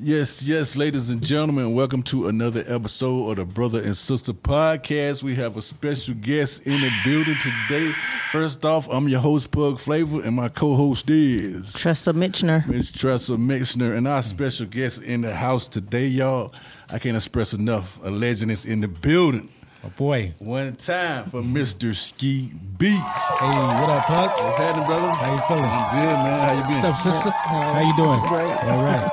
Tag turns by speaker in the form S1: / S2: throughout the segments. S1: Yes, yes, ladies and gentlemen, welcome to another episode of the Brother and Sister Podcast. We have a special guest in the building today. First off, I'm your host, Pug Flavor, and my co host is
S2: Tressa Mitchner.
S1: Miss Tressa Mixner, and our special guest in the house today, y'all. I can't express enough. A legend is in the building.
S3: Oh boy.
S1: One time for Mr. Ski Beats.
S3: Hey, what up, Puck?
S1: What's happening, brother?
S3: How you feeling?
S1: I'm good, man. How you been?
S3: What's up, sister? How you doing? All right.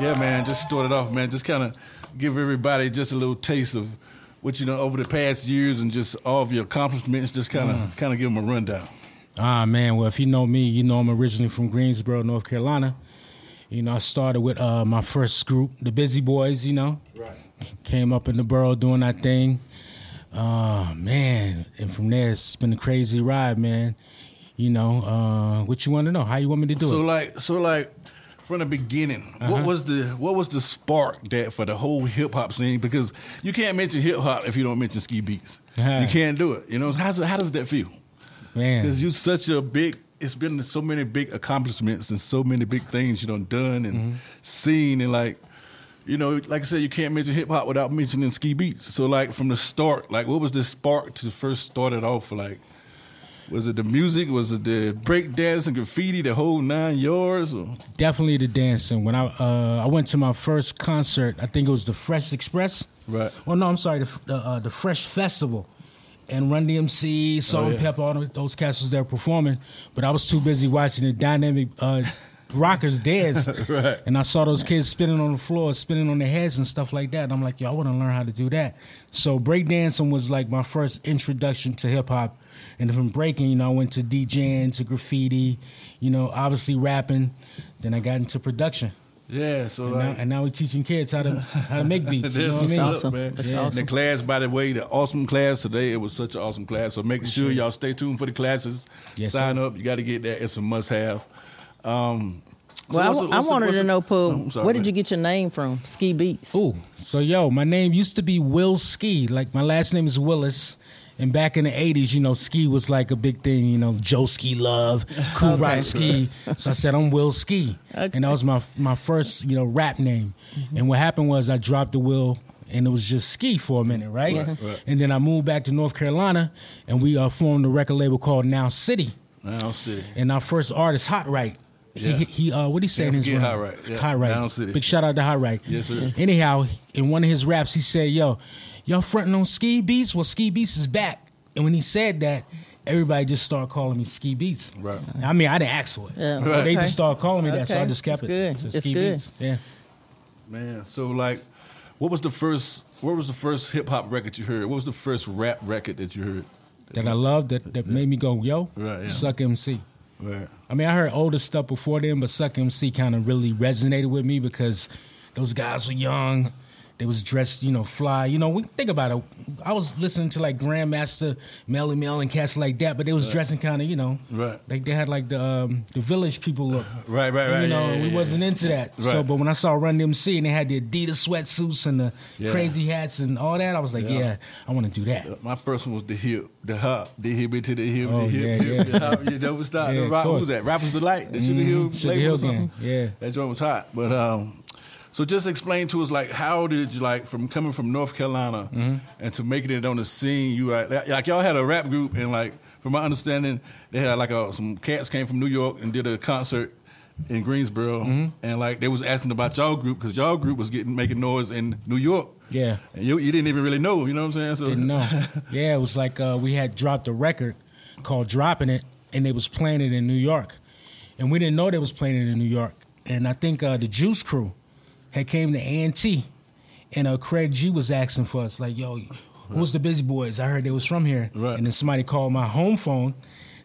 S1: Yeah, man. Just start it off, man. Just kind of give everybody just a little taste of what you know over the past years and just all of your accomplishments. Just kind of
S3: Mm.
S1: kind of give them a rundown.
S3: Ah, man. Well, if you know me, you know I'm originally from Greensboro, North Carolina. You know, I started with uh, my first group, the Busy Boys, you know.
S1: Right.
S3: Came up in the borough doing that thing. Uh, man. And from there, it's been a crazy ride, man. You know, uh, what you want to know? How you want me to do
S1: So
S3: it? Uh-huh.
S1: like so like from the beginning, what was the what was the spark that for the whole hip hop scene? Because you can't mention hip hop if you don't mention ski beats.
S3: Uh-huh.
S1: You can't do it. You know how's, how does that feel?
S3: Man.
S1: Because you such a big. It's been so many big accomplishments and so many big things you done done
S3: Mm-hmm.
S1: and seen and like, you know, like I said, you can't mention hip hop without mentioning ski beats. So like from the start, like what was the spark to first start it off? Like, was it the music? Was it the break dance and graffiti? The whole nine yards? Or?
S3: definitely the dancing. When I uh, I went to my first concert, I think it was the Fresh Express.
S1: Right.
S3: Oh no, I'm sorry, the the, uh, the Fresh Festival, and Run DMC, Salt
S1: Oh,
S3: and
S1: yeah.
S3: Pepper, all those cats was there performing, but I was too busy watching the dynamic. Uh, Rockers dance,
S1: Right.
S3: and I saw those kids spinning on the floor, spinning on their heads and stuff like that. And I'm like, yo, I want to learn how to do that. So breakdancing was like my first introduction to hip hop, and from breaking, you know, I went to DJing, to graffiti, you know, obviously rapping. Then I got into production,
S1: Yeah. So
S3: and, now,
S1: like.
S3: and now we're teaching kids how to how to make beats. you know what I
S1: That's
S3: mean?
S1: what's
S2: Awesome.
S1: up, man.
S2: That's
S1: Yeah.
S2: awesome.
S1: The class, by the way, the awesome class today. It was such an awesome class. So make sure y'all stay tuned for the classes.
S3: Yes,
S1: Sign up. You got to get that. It's a must have. Um, so
S2: well, I
S1: what's
S2: wa-
S1: the-
S2: I,
S1: what's the-
S2: wanted
S1: what's
S2: to
S1: the-
S2: know,
S1: Oh,
S2: Pug,
S1: I'm sorry,
S2: where
S1: go
S2: did you
S1: ahead.
S2: get your name from? Ski Beats.
S3: Ooh, so yo, my name used to be Will Ski. Like my last name is Willis. And back in the '80s, you know, ski was like a big thing. You know, Joe Ski Love, Cool
S2: Okay.
S3: Rock Ski. So I said I'm Will Ski,
S2: Okay.
S3: and that was my my first you know rap name. And what happened was I dropped the Will, and it was just Ski for a minute, right?
S1: Right, right.
S3: And then I moved back to North Carolina, and we uh, formed a record label called Now City.
S1: Down City.
S3: And our first artist, Hot Right. He,
S1: Yeah.
S3: he uh, what he say
S1: Can't
S3: in his
S1: forget
S3: rap?
S1: Hot Right. Yeah,
S3: Hot Right.
S1: Down City.
S3: Big shout out to Hot Right.
S1: Yes, sir.
S3: Anyhow, in one of his raps, he said, "Yo, y'all fronting on Ski Beats? Well, Ski Beats is back." And when he said that, everybody just started calling me Ski Beats.
S1: Right.
S3: I mean, I didn't ask for it.
S2: Yeah,
S3: But They
S2: okay.
S3: just started calling me that, so I
S2: Okay.
S3: just kept
S2: It's
S3: it.
S2: good.
S3: It said
S2: It's good.
S3: Yeah.
S1: Man, so like, what was the first? What was the first hip hop record you heard? What was the first rap record that you heard?
S3: That I love. That that made me go, "Yo,
S1: Right, yeah.
S3: suck MC."
S1: Right.
S3: I mean, I heard older stuff before then, but Suck MC kind of really resonated with me because those guys were young. They was dressed, you know, fly. You know, we think about it. I was listening to like Grandmaster, Melly Mel, and cats like that, but they was dressing kind of, you know,
S1: Right. Uh,
S3: Like they had like the um, the village people look,
S1: Right, right, right,
S3: You know,
S1: yeah, yeah,
S3: we
S1: yeah,
S3: wasn't into that. So,
S1: Right.
S3: but when I saw Run DMC and they had the Adidas sweatsuits and the
S1: Yeah.
S3: crazy hats and all that, I was like,
S1: Yeah.
S3: yeah, I want to do that.
S1: My first one was the hip, the hop, the hip to the hip,
S3: Oh,
S1: the hip,
S3: yeah,
S1: hip,
S3: yeah.
S1: the hop. You never stop.
S3: Yeah,
S1: the
S3: of
S1: rock, who was
S3: course. Mm-hmm.
S1: that? Rappers Delight, the Sugar Hill
S3: Sugar
S1: label
S3: Hill
S1: or something.
S3: gang, yeah.
S1: that joint was hot. But um, so just explain to us like how did you like from coming from North Carolina
S3: Mm-hmm.
S1: and to making it on the scene? You like, like y'all had a rap group and like from my understanding, they had like a, some cats came from New York and did a concert. In Greensboro,
S3: Mm-hmm.
S1: and like they was asking about y'all group because y'all group was getting making noise in New York.
S3: Yeah.
S1: and you, you didn't even really know, you know what I'm saying? So
S3: Didn't know. yeah, it was like uh, we had dropped a record called "Dropping It," and they was playing it in New York, and we didn't know they was playing it in New York. And I think uh, the Juice Crew had came to A&T, and uh, Craig G was asking for us, like, "Yo, who's the Busy Boys? I heard they was from here."
S1: Right.
S3: And then somebody called my home phone.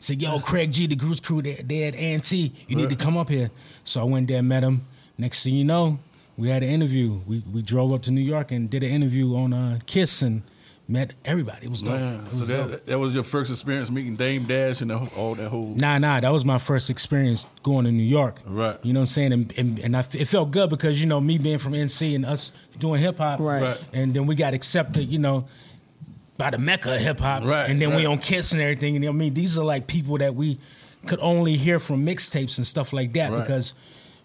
S3: Said, yo, Craig G, the Goose Crew, they, they at A&T. You need to
S1: Right.
S3: come up here. So I went there, met him. Next thing you know, we had an interview. We we drove up to New York and did an interview on uh, Kiss and met everybody. It was dope.
S1: Man,
S3: It
S1: so
S3: was dope.
S1: that, that was your first experience meeting Dame Dash and the, whole- all that whole.
S3: Nah, nah, that was my first experience going to New York.
S1: Right.
S3: You know what I'm saying? And and, and I f it felt good because you know me being from NC and us doing hip hop.
S2: Right.
S1: Right.
S3: And then we got accepted. You know. By the mecca of hip hop,
S1: Right,
S3: and then
S1: right.
S3: we on Kiss and everything. You know, what I mean, these are like people that we could only hear from mixtapes and stuff like that
S1: Right.
S3: because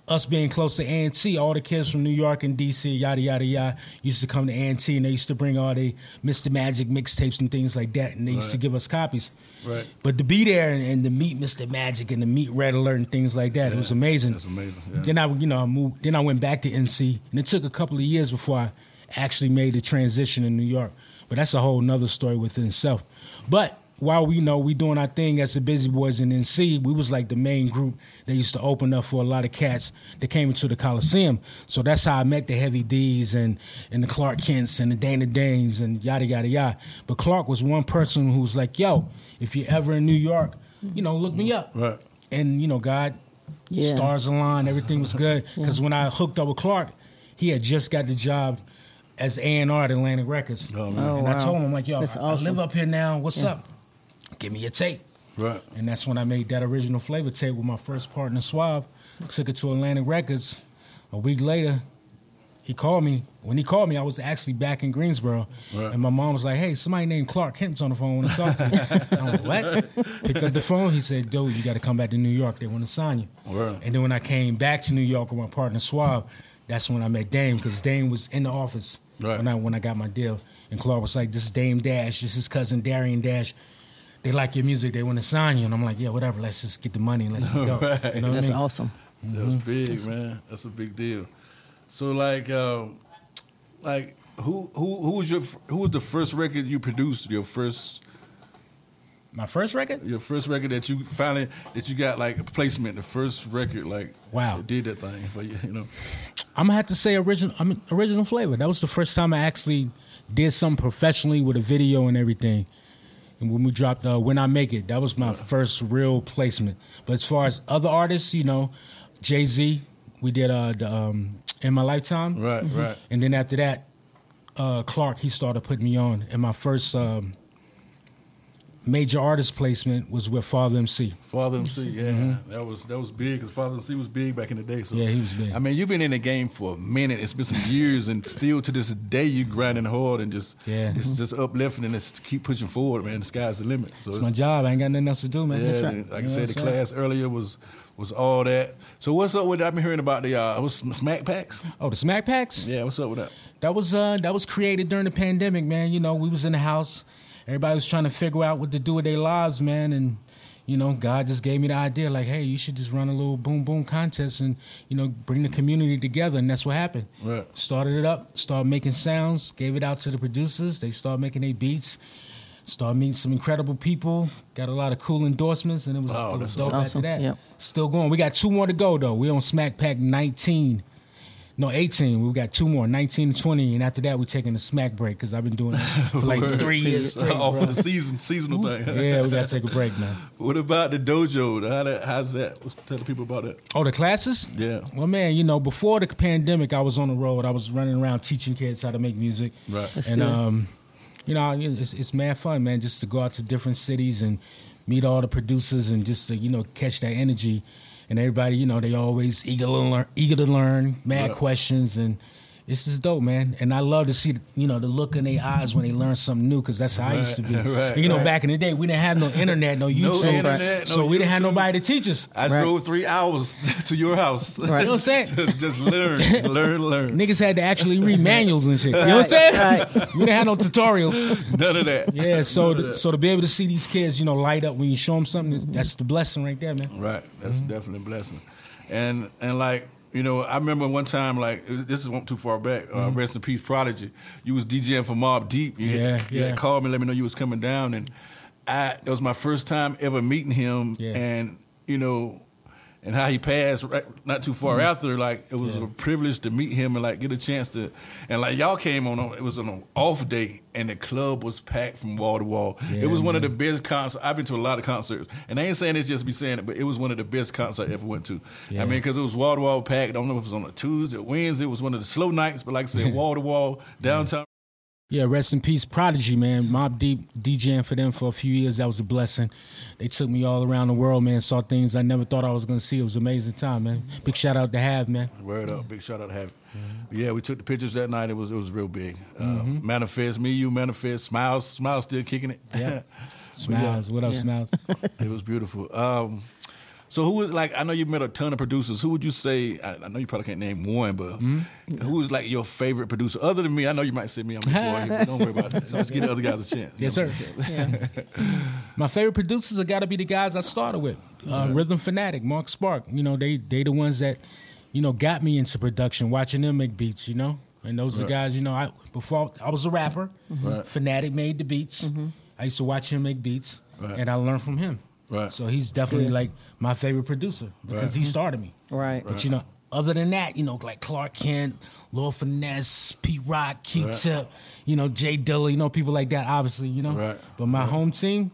S3: us being close to A&T, all the kids from New York and DC, yada yada yada, used to come to A&T and they used to bring all the Mr. Magic mixtapes and things like that, and they used to
S1: Right.
S3: give us copies.
S1: Right.
S3: But to be there and, and to meet Mr. Magic and to meet Red Alert and things like that, it was
S1: Yeah,
S3: amazing.
S1: that's amazing, yeah.
S3: Then I, you know, I moved. Then I went back to NC, and it took a couple of years before I actually made the transition in New York. But that's a whole nother story within itself. But while we you know we doing our thing as the Busy Boys in NC, we was like the main group that used to open up for a lot of cats that came into the Coliseum. So that's how I met the Heavy D's and and the Clark Kents and the Dana Danes and yada yada yada. But Clark was one person who was like, "Yo, if you're ever in New York, you know, look me up."
S1: Right.
S3: and you know God,
S2: Yeah.
S3: stars aligned, everything was good. Because when I hooked up with Clark, he had just got the job as A and R at Atlantic Records,
S1: Oh,
S3: and
S1: man.
S2: Oh,
S3: I
S2: wow.
S3: told him I'm like, yo, I,
S2: That's
S3: I
S2: awesome.
S3: live up here now. What's up? Give me your tape.
S1: Right.
S3: And that's when I made that original flavor tape with my first partner Suave. Took it to Atlantic Records. A week later, he called me. When he called me, I was actually back in Greensboro.
S1: Right.
S3: And my mom was like, hey, somebody named Clark Kent's on the phone want to talk to you. I'm like, what? Picked up the phone. He said, dude, you got to come back to New York. They want to sign you.
S1: Right.
S3: And then when I came back to New York with my partner Suave, that's when I met Dame because Dame was in the office
S1: Right.
S3: when I when I got my deal. And Clark was like, this is Dame Dash. This is cousin Darian Dash. They like your music. They want to sign you. And I'm like, yeah, whatever. Let's just get the money and let's just go.
S1: Right.
S3: You know Mm-hmm. what I
S2: That's
S3: mean?
S2: awesome.
S1: That's big, man. That's a big deal. So like, uh, like who who who was your f- who was the first record you produced? Your first
S3: My first record?
S1: your first record that you finally that you got like a placement. The first record like
S3: Wow.
S1: that did that thing for you. You know,
S3: I'm gonna have to say original. I mean, original flavor. That was the first time I actually did something professionally with a video and everything. And when we dropped uh, "When I Make It," that was my first real placement. But as far as other artists, you know, Jay Z, we did uh, the, um, "In My Lifetime,"
S1: right, right,
S3: and then after that, uh, Clark he started putting me on. And my first um, major artist placement was with Father MC.
S1: Father MC, yeah, that was that was big because Father MC was big back in the day. So
S3: Mm-hmm. Yeah, he was big.
S1: I mean, you've been in the game for a minute. It's been some years, and still to this day, you grinding hard and just
S3: Yeah. Mm-hmm.
S1: it's just uplifting and it's to keep pushing forward, man. The sky's the limit. So
S3: It's my job. I ain't got nothing else to do, man.
S1: Yeah,
S3: That's
S1: and like
S3: right. You
S1: I
S3: know
S1: said, the
S3: what I'm saying?
S1: class earlier was was all that. So what's up with I've been hearing about the uh, what's smack packs?
S3: Oh, the Smack Packs.
S1: Yeah, what's up with that?
S3: That was uh that was created during the pandemic, man. You know, we was in the house. Everybody was trying to figure out what to do with their lives, man, and you know, God just gave me the idea like, hey, you should just run a little boom boom contest and, you know, bring the community together and that's what happened.
S1: Right.
S3: Started it up, started making sounds, gave it out to the producers, they started making their beats, started meeting some incredible people, got a lot of cool endorsements and it was,
S1: Wow,
S3: it was
S1: that's
S3: dope
S2: awesome.
S3: after that.
S2: Yep.
S3: Still going. We got two more to go though. We on Smack Pack nineteen. No, 18. We've got two more, 19 and 20. And after that, we're taking a smack break because I've been doing it for like three years. straight,
S1: Oh, for
S3: bro.
S1: the season seasonal thing.
S3: yeah, we got to take a break, man.
S1: What about the dojo? How that, how's that? What's, tell the people about that.
S3: Oh, the classes?
S1: Yeah.
S3: Well, man, you know, before the pandemic, I was on the road. I was running around teaching kids how to make music.
S1: Right. That's
S3: and,
S2: good.
S3: um, you know, it's, it's mad fun, man, just to go out to different cities and meet all the producers and just to, you know, catch that energy. And everybody, you know, they always eager to learn, eager to learn mad
S1: Right.
S3: questions. And it's just dope, man. And I love to see, you know, the look in their eyes when they learn something new because that's how I used to be.
S1: Right, right,
S3: you know,
S1: right.
S3: back in the day, we didn't have no internet, no YouTube.
S1: internet,
S3: so
S1: no
S3: we didn't have
S1: YouTube.
S3: nobody to teach us.
S1: I
S2: Right.
S1: drove three hours to your house.
S2: Right.
S3: You know what I'm saying?
S1: to just learn, learn, learn.
S3: Niggas had to actually read manuals and shit. You know what I'm saying?
S2: Right,
S3: We didn't have no tutorials.
S1: None of that.
S3: Yeah, so
S1: None of
S3: to,
S1: that.
S3: so to be able to see these kids, you know, light up when you show them something, that's the blessing right there, man.
S1: Right. That's
S3: Mm-hmm.
S1: definitely a blessing. And and like you know, I remember one time like it- this is not too far back. Uh,
S3: Mm-hmm.
S1: rest in peace, Prodigy. You was DJing for Mob Deep. You
S3: Yeah,
S1: had, you had
S3: yeah.
S1: called me, let me know you was coming down, and I it was my first time ever meeting him,
S3: Yeah.
S1: and you know. And how he passed right, not too far
S3: Mm-hmm.
S1: after, like it was a privilege to meet him and like get a chance to, and like y'all came on, a- it was on an off day and the club was packed from wall to wall.
S3: Yeah,
S1: it was one of the best concerts. I've been to a lot of concerts, and I ain't saying this just to be saying it, but it was one of the best concerts I ever went to.
S3: Yeah.
S1: I mean, because it was wall to wall packed. I don't know if it was on a Tuesday, or Wednesday. It was one of the slow nights, but like I said, wall to wall downtown.
S3: Yeah, rest in peace, Prodigy, man. Mob Deep DJing for them for a few years, that was a blessing. They took me all around the world, man. Saw things I never thought I was gonna see. It was an amazing time, man. Big shout out to Have, man.
S1: Word up! Big shout out to Happy. Yeah, we took the pictures that night. It was it was real big. Uh,
S3: Mm-hmm.
S1: Manifest me, you manifest. Smiles, smiles still kicking it. uh,
S3: Yeah.
S1: But
S3: Smiles. What up,
S2: Yeah.
S3: Smiles?
S1: it was beautiful. Um, So who is like? I know you met a ton of producers. Who would you say? I, I know you probably can't name one, but
S3: Hmm?
S1: who is like your favorite producer other than me? I know you might say me. I'm a boy. but don't worry about it. Let's give the other guys a chance. You
S3: Yes,
S1: know
S3: sir. My favorite producers have got to be the guys I started with. Uh, Rhythm Fanatic, Mark Spark. You know, they they the ones that, you know, got me into production, watching them make beats, you know? And those are the
S1: Right. Mm-hmm.
S3: guys, you know, I before I was a rapper,
S1: Right. Mm-hmm.
S3: Fanatic made the beats. I used to watch him make beats,
S1: Right.
S3: and I learned from him.
S1: Right.
S3: So he's definitely
S2: good.
S3: like my favorite producer because
S1: Right.
S3: he started me.
S2: Right.
S3: But you know,
S1: uh,
S3: other than that, you know, like Clark Kent, Lil Finesse, P Rock, Q Tip, you know, Jay Dilla, you know, people like that, obviously, you know.
S1: Right.
S3: But my home team,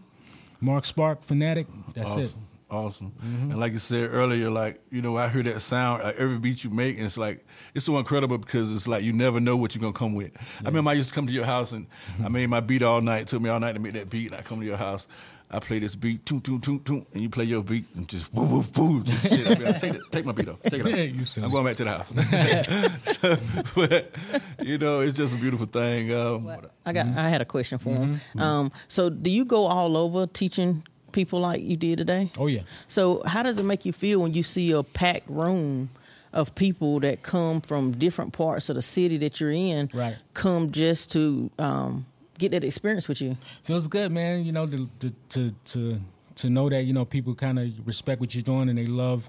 S3: Mark Spark, Fanatic, that's
S1: Awesome.
S3: it. Mm-hmm.
S1: Awesome. And like you said earlier, like, you know, I hear that sound, like every beat you make, and it's like, it's so incredible because it's like you never know what you're going to come with. I remember I used to come to your house and I
S3: Mm-hmm.
S1: made my beat all night. It took me all night to make that beat. And I come to your house, I play this beat, toot, toot, toot, toot, and you play your beat and just woo, woo, woo. Just shit. I mean, I take, it, take my beat off. Take it off.
S3: Yeah, you silly.
S1: I'm going back to the house. so, but, you know, it's just a beautiful thing. Um,
S2: I got. I had a question for him.
S1: Mm-hmm.
S2: Um, so, do you go all over teaching people like you did today?
S3: Oh yeah.
S2: So, how does it make you feel when you see a packed room of people that come from different parts of the city that you're in?
S3: Right.
S2: Come just to um, get that experience with you.
S3: Feels good, man, you know, to to to to, to know that, you know, people kinda respect what you're doing and they love,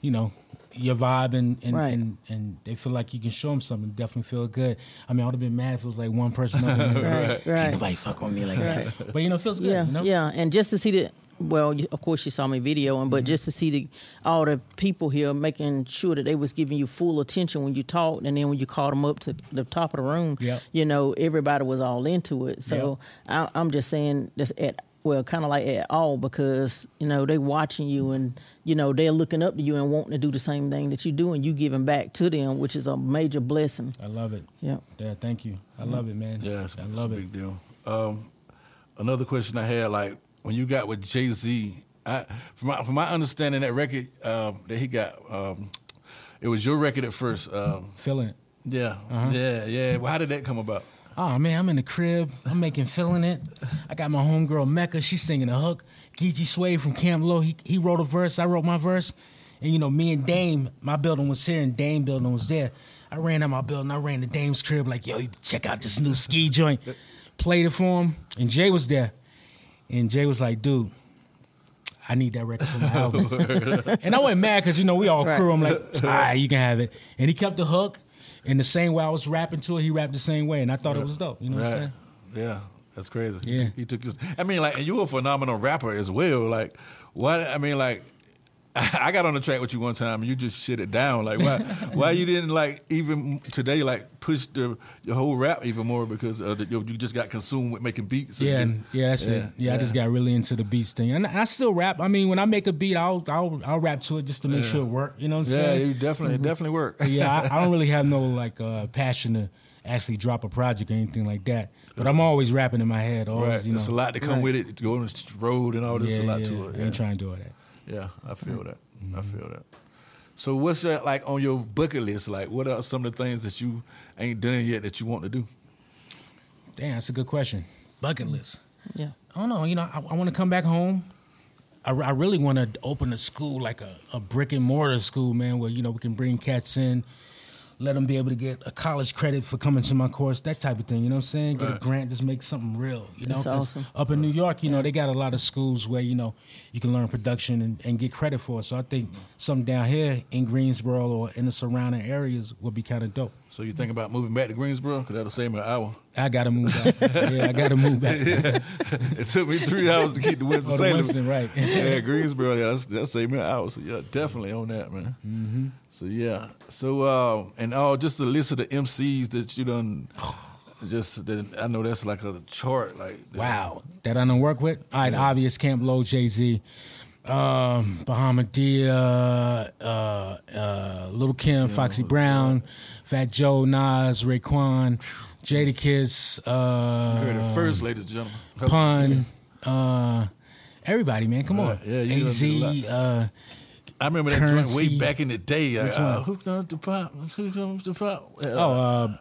S3: you know, your vibe and and,
S2: Right.
S3: and and they feel like you can show them something. Definitely feel good. I mean, I would have been mad if it was like one person. Up in there.
S2: Right. Right.
S3: Nobody fuck with me like
S2: Right.
S3: that. But you know, it feels good.
S2: Yeah,
S3: you know?
S2: yeah, and just to see the well, you- of course you saw me videoing,
S3: Mm-hmm.
S2: but just to see the all the people here making sure that they was giving you full attention when you talked, and then when you called them up to the top of the room,
S3: Yep.
S2: you know everybody was all into it. So I, I'm just saying this at well, kind of like at all because you know they watching you and you know they're looking up to you and wanting to do the same thing that you do, and you giving back to them, which is a major blessing.
S3: I love it.
S2: Yeah.
S3: Yeah, thank you. I love it, man.
S1: Yeah, it's,
S3: I
S1: it's
S3: love
S1: a
S3: it.
S1: big deal. Um, another question I had, like when you got with Jay Z, I from my, from my understanding that record um, that he got, um, it was your record at first. Um,
S3: Feeling it.
S1: yeah, yeah, yeah. Well, how did that come about?
S3: Oh man, I'm in the crib. I'm making feeling it. I got my homegirl Mecca. She's singing a hook. Geechee Sway from Camp Low. He he wrote a verse. I wrote my verse. And you know, me and Dame, my building was here and Dame building was there. I ran out my building. I ran to Dame's crib like, yo, you check out this new ski joint. Played it for him, and Jay was there. And Jay was like, dude, I need that record for my album. and I went mad because, you know, we all
S2: Right.
S3: crew. I'm like, all right, you can have it. And he kept the hook. And the same way I was rapping to it, he rapped the same way. And I thought it was dope. You know what I'm
S1: Right.
S3: saying?
S1: Yeah, that's crazy. He
S3: Yeah.
S1: took- he took this. I mean, like, and you were a phenomenal rapper as well. Like, what? I mean, like. I got on the track with you one time. and You just shit it down. Like why? why you didn't like even today? Like push the your whole rap even more because uh, the, you you just got consumed with making beats. and
S3: Yeah,
S1: just-
S3: and- yeah, that's it. Yeah, I just got really into the beats thing, and I still rap. I mean, when I make a beat, I'll I'll, I'll rap to it just to make sure it work. You know what I'm
S1: Yeah,
S3: saying?
S1: you definitely it definitely work.
S3: Mm-hmm. yeah, I, I don't really have no like uh, passion to actually drop a project or anything like that. But I'm always rapping in my head. Always,
S1: Right,
S3: you know.
S1: it's a lot to come with it. Going to the road and all this,
S3: yeah,
S1: a lot
S3: yeah.
S1: to it.
S3: I
S1: Yeah,
S3: ain't trying to do all that.
S1: Yeah, I feel that.
S3: Mm-hmm.
S1: I feel that. So, what's that like on your bucket list? Like, what are some of the things that you ain't done yet that you want to do?
S3: Damn, that's a good question. Bucket list.
S2: Yeah,
S3: I don't know. You know, I, I want to come back home. I, I really want to open a school, like a, a brick and mortar school, man, where, you know, we can bring cats in, let them be able to get a college credit for coming to my course, that type of thing. You know what I'm saying? Get a
S1: Right.
S3: grant, just make something real. You know,
S2: That's
S3: 'Cause
S2: awesome.
S3: up in New York, you know, they got a lot of schools where, you know, you can learn production and, and get credit for it. So I think something down here in Greensboro or in the surrounding areas would be kind of dope.
S1: So, you think about moving back to Greensboro? Because that'll save me an hour.
S3: I gotta move back. yeah, I gotta move back.
S1: It took me three hours to keep the Winston
S3: Oh, the
S1: Salem.
S3: Winston, right.
S1: yeah, Greensboro. Yeah, that's, that saved me an hour. So yeah, definitely on that, man. Mm-hmm. So yeah. So uh, and oh, just the list of the MCs that you done. Just that I know that's like a chart. Like
S3: Wow, that I don't work with. All right, obvious Camp Low, Jay Z, um, Bahamadia, uh, uh, Little Kim, Foxy Brown, Fat Joe, Nas, Raekwon, Jadakiss,
S1: You heard it
S3: uh,
S1: first, ladies and gentlemen.
S3: Pun, uh, everybody, man, come on,
S1: yeah, you
S3: AZ,
S1: done did
S3: uh,
S1: I remember that joint way
S3: Currency.
S1: uh, back in the day. Like,
S3: one?
S1: uh, who comes to pop? Who comes to pop?
S3: oh, uh,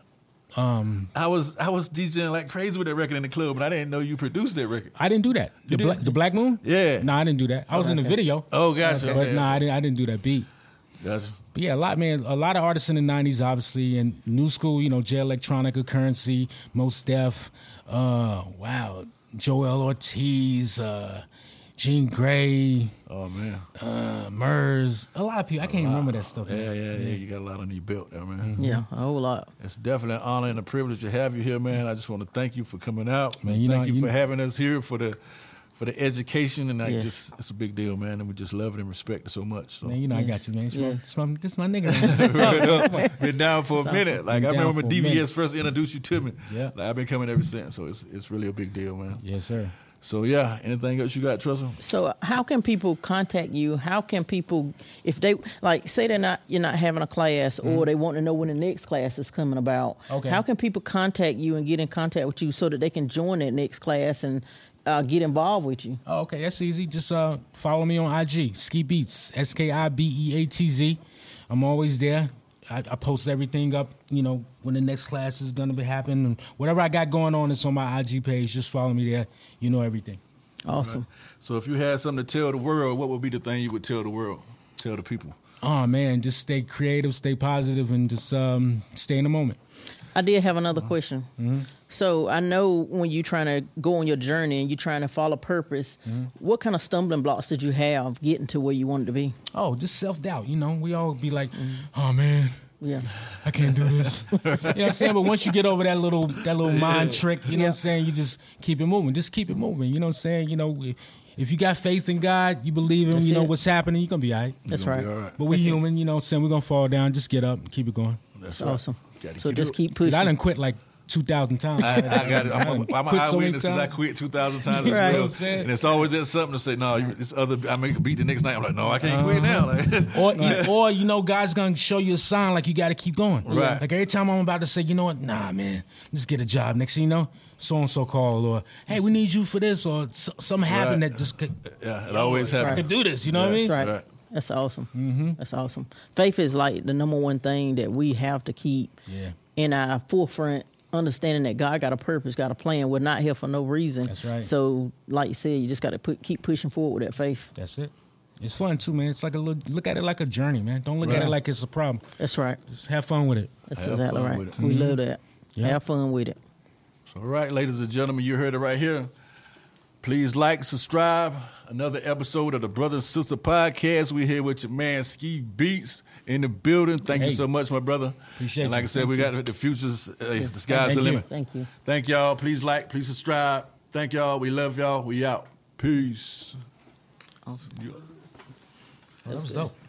S3: Um,
S1: I was I was DJing like crazy with that record in the club, but I didn't know you produced that record.
S3: I didn't do that. The,
S1: did?
S3: Bla- the Black Moon?
S1: Yeah.
S3: No, I didn't do that. I was in the video.
S1: Oh, gotcha.
S3: But
S1: Okay.
S3: no, I didn't. I didn't do that beat.
S1: Gotcha.
S3: But yeah, a lot, man. A lot of artists in the '90s, obviously, and new school. You know, Jay Electronica, Currency, Most Def. Uh, wow, Joel Ortiz, uh, Gene Gray,
S1: Oh man.
S3: uh, Murs. A lot of people. I can't remember that stuff. man.
S1: Yeah, yeah, yeah. You got a lot on your belt there, man.
S3: Mm-hmm.
S2: Yeah, a whole lot.
S1: It's definitely an honor and a privilege to have you here, man. I just want to thank you for coming out, man.
S3: Man, you
S1: thank
S3: know,
S1: you,
S3: you-
S1: for having us here for the for the education, and I
S2: Yes.
S1: just it's a big deal, man. And we just love it and respect it so much. So.
S3: Man, you know, I got you, man. This, my,
S2: Yes.
S3: this, my, this my nigga. man.
S1: Word up. been down for a
S3: Sounds
S1: minute. Like
S3: like been
S1: I
S3: down
S1: remember when
S3: for a minute.
S1: DVS first introduced you to me.
S3: Yeah.
S1: like, I've been coming ever since. So it's it's really a big deal, man.
S3: yes, sir.
S1: So yeah, anything else you got, Tressa?
S2: So how can people contact you? How can people if they like say they're not you're not having a class
S1: Mm-hmm.
S2: or they want to know when the next class is coming about?
S3: Okay.
S2: How can people contact you and get in contact with you so that they can join that next class and uh, get involved with you?
S3: Oh, okay, that's easy. Just uh, follow me on IG, Ski Beats, S K I B E A T Z. I'm always there. I, I post everything up, you know, when the next class is gonna be happening. Whatever I got going on, it's on my IG page. Just follow me there. You know everything.
S2: Awesome.
S1: So if you had something to tell the world, what would be the thing you would tell the world? Tell the people.
S3: Oh man, just stay creative, stay positive, and just um, stay in the moment.
S2: I did have
S1: Uh-huh.
S2: another question.
S1: Mm-hmm.
S2: So I know when you're trying to go on your journey and you're trying to follow purpose,
S1: Mm-hmm.
S2: what kind of stumbling blocks did you have getting to where you wanted to be?
S3: Oh, just self doubt. You know, we all be like, oh man,
S2: Yeah.
S3: I can't do this. you know what I'm saying? But once you get over that little that little mind trick, you know what I'm saying? You just keep it moving. Just keep it moving. You know what I'm saying? You know, if- if you got faith in God, you believe him,
S2: That's
S3: you know
S2: it.
S3: what's happening, you're gonna be all right.
S2: That's
S1: You're
S2: right.
S1: gonna be all right.
S3: But we human, you know what I'm saying? We're gonna fall down, just get up, keep it going.
S1: That's
S2: That's awesome.
S1: Gotta
S2: So
S1: keep
S2: just
S1: it-
S2: keep
S3: 'Cause
S2: pushing.
S3: I done quit like two thousand times.
S1: I, I got it. I'm, a, I'm an
S3: Quit so many
S1: eyewitness because I
S3: times.
S1: quit 2,000 times as
S2: Right.
S1: well.
S3: Said.
S1: And it's always just something to say, no, you, this other, I make a beat the next night. I'm like, no, I can't quit Uh-huh. Oh. now. Like,
S3: Or, or you know, God's gonna show you a sign like you gotta keep going.
S1: Right.
S3: Like every time I'm about to say, you know what, nah, man, just get a job. Next thing you know, so and so call, or hey, we need you for this, or s- something happened
S1: Right.
S3: that just could,
S1: yeah, it always happens.
S3: could do this. You know what I mean?
S2: That's right.
S1: Right.
S2: That's awesome. That's awesome. Faith is like the number one thing that we have to keep
S3: Yeah.
S2: in our forefront, understanding that God got a purpose, got a plan. We're not here for no reason.
S3: That's right.
S2: So, like you said, you just got to put, keep pushing forward with that faith.
S3: That's it. It's fun too, man. It's like a little, look at it like a journey, man. Don't look at
S1: Right.
S3: it like it's a problem.
S2: That's right.
S3: Just have fun with it.
S2: That's
S1: Have
S2: exactly
S1: fun
S2: right.
S1: with it.
S2: We love that.
S3: Yeah.
S2: Have fun with it.
S1: So, all right, ladies and gentlemen, you heard it right here. Please like, subscribe. Another episode of the Brother and Sister Podcast. We're here with your man Ski Beats in the building. Thank you
S3: Hey.
S1: so much, my brother.
S3: Appreciate
S1: and like
S3: you.
S1: I said, we got the futures. Uh, the sky's
S3: Thank
S1: the
S3: you.
S1: limit.
S2: Thank you.
S1: Thank y'all. Please like, please subscribe. Thank y'all. We love y'all. We out. Peace.
S2: Awesome.
S1: You-
S3: That was
S2: good.
S3: dope.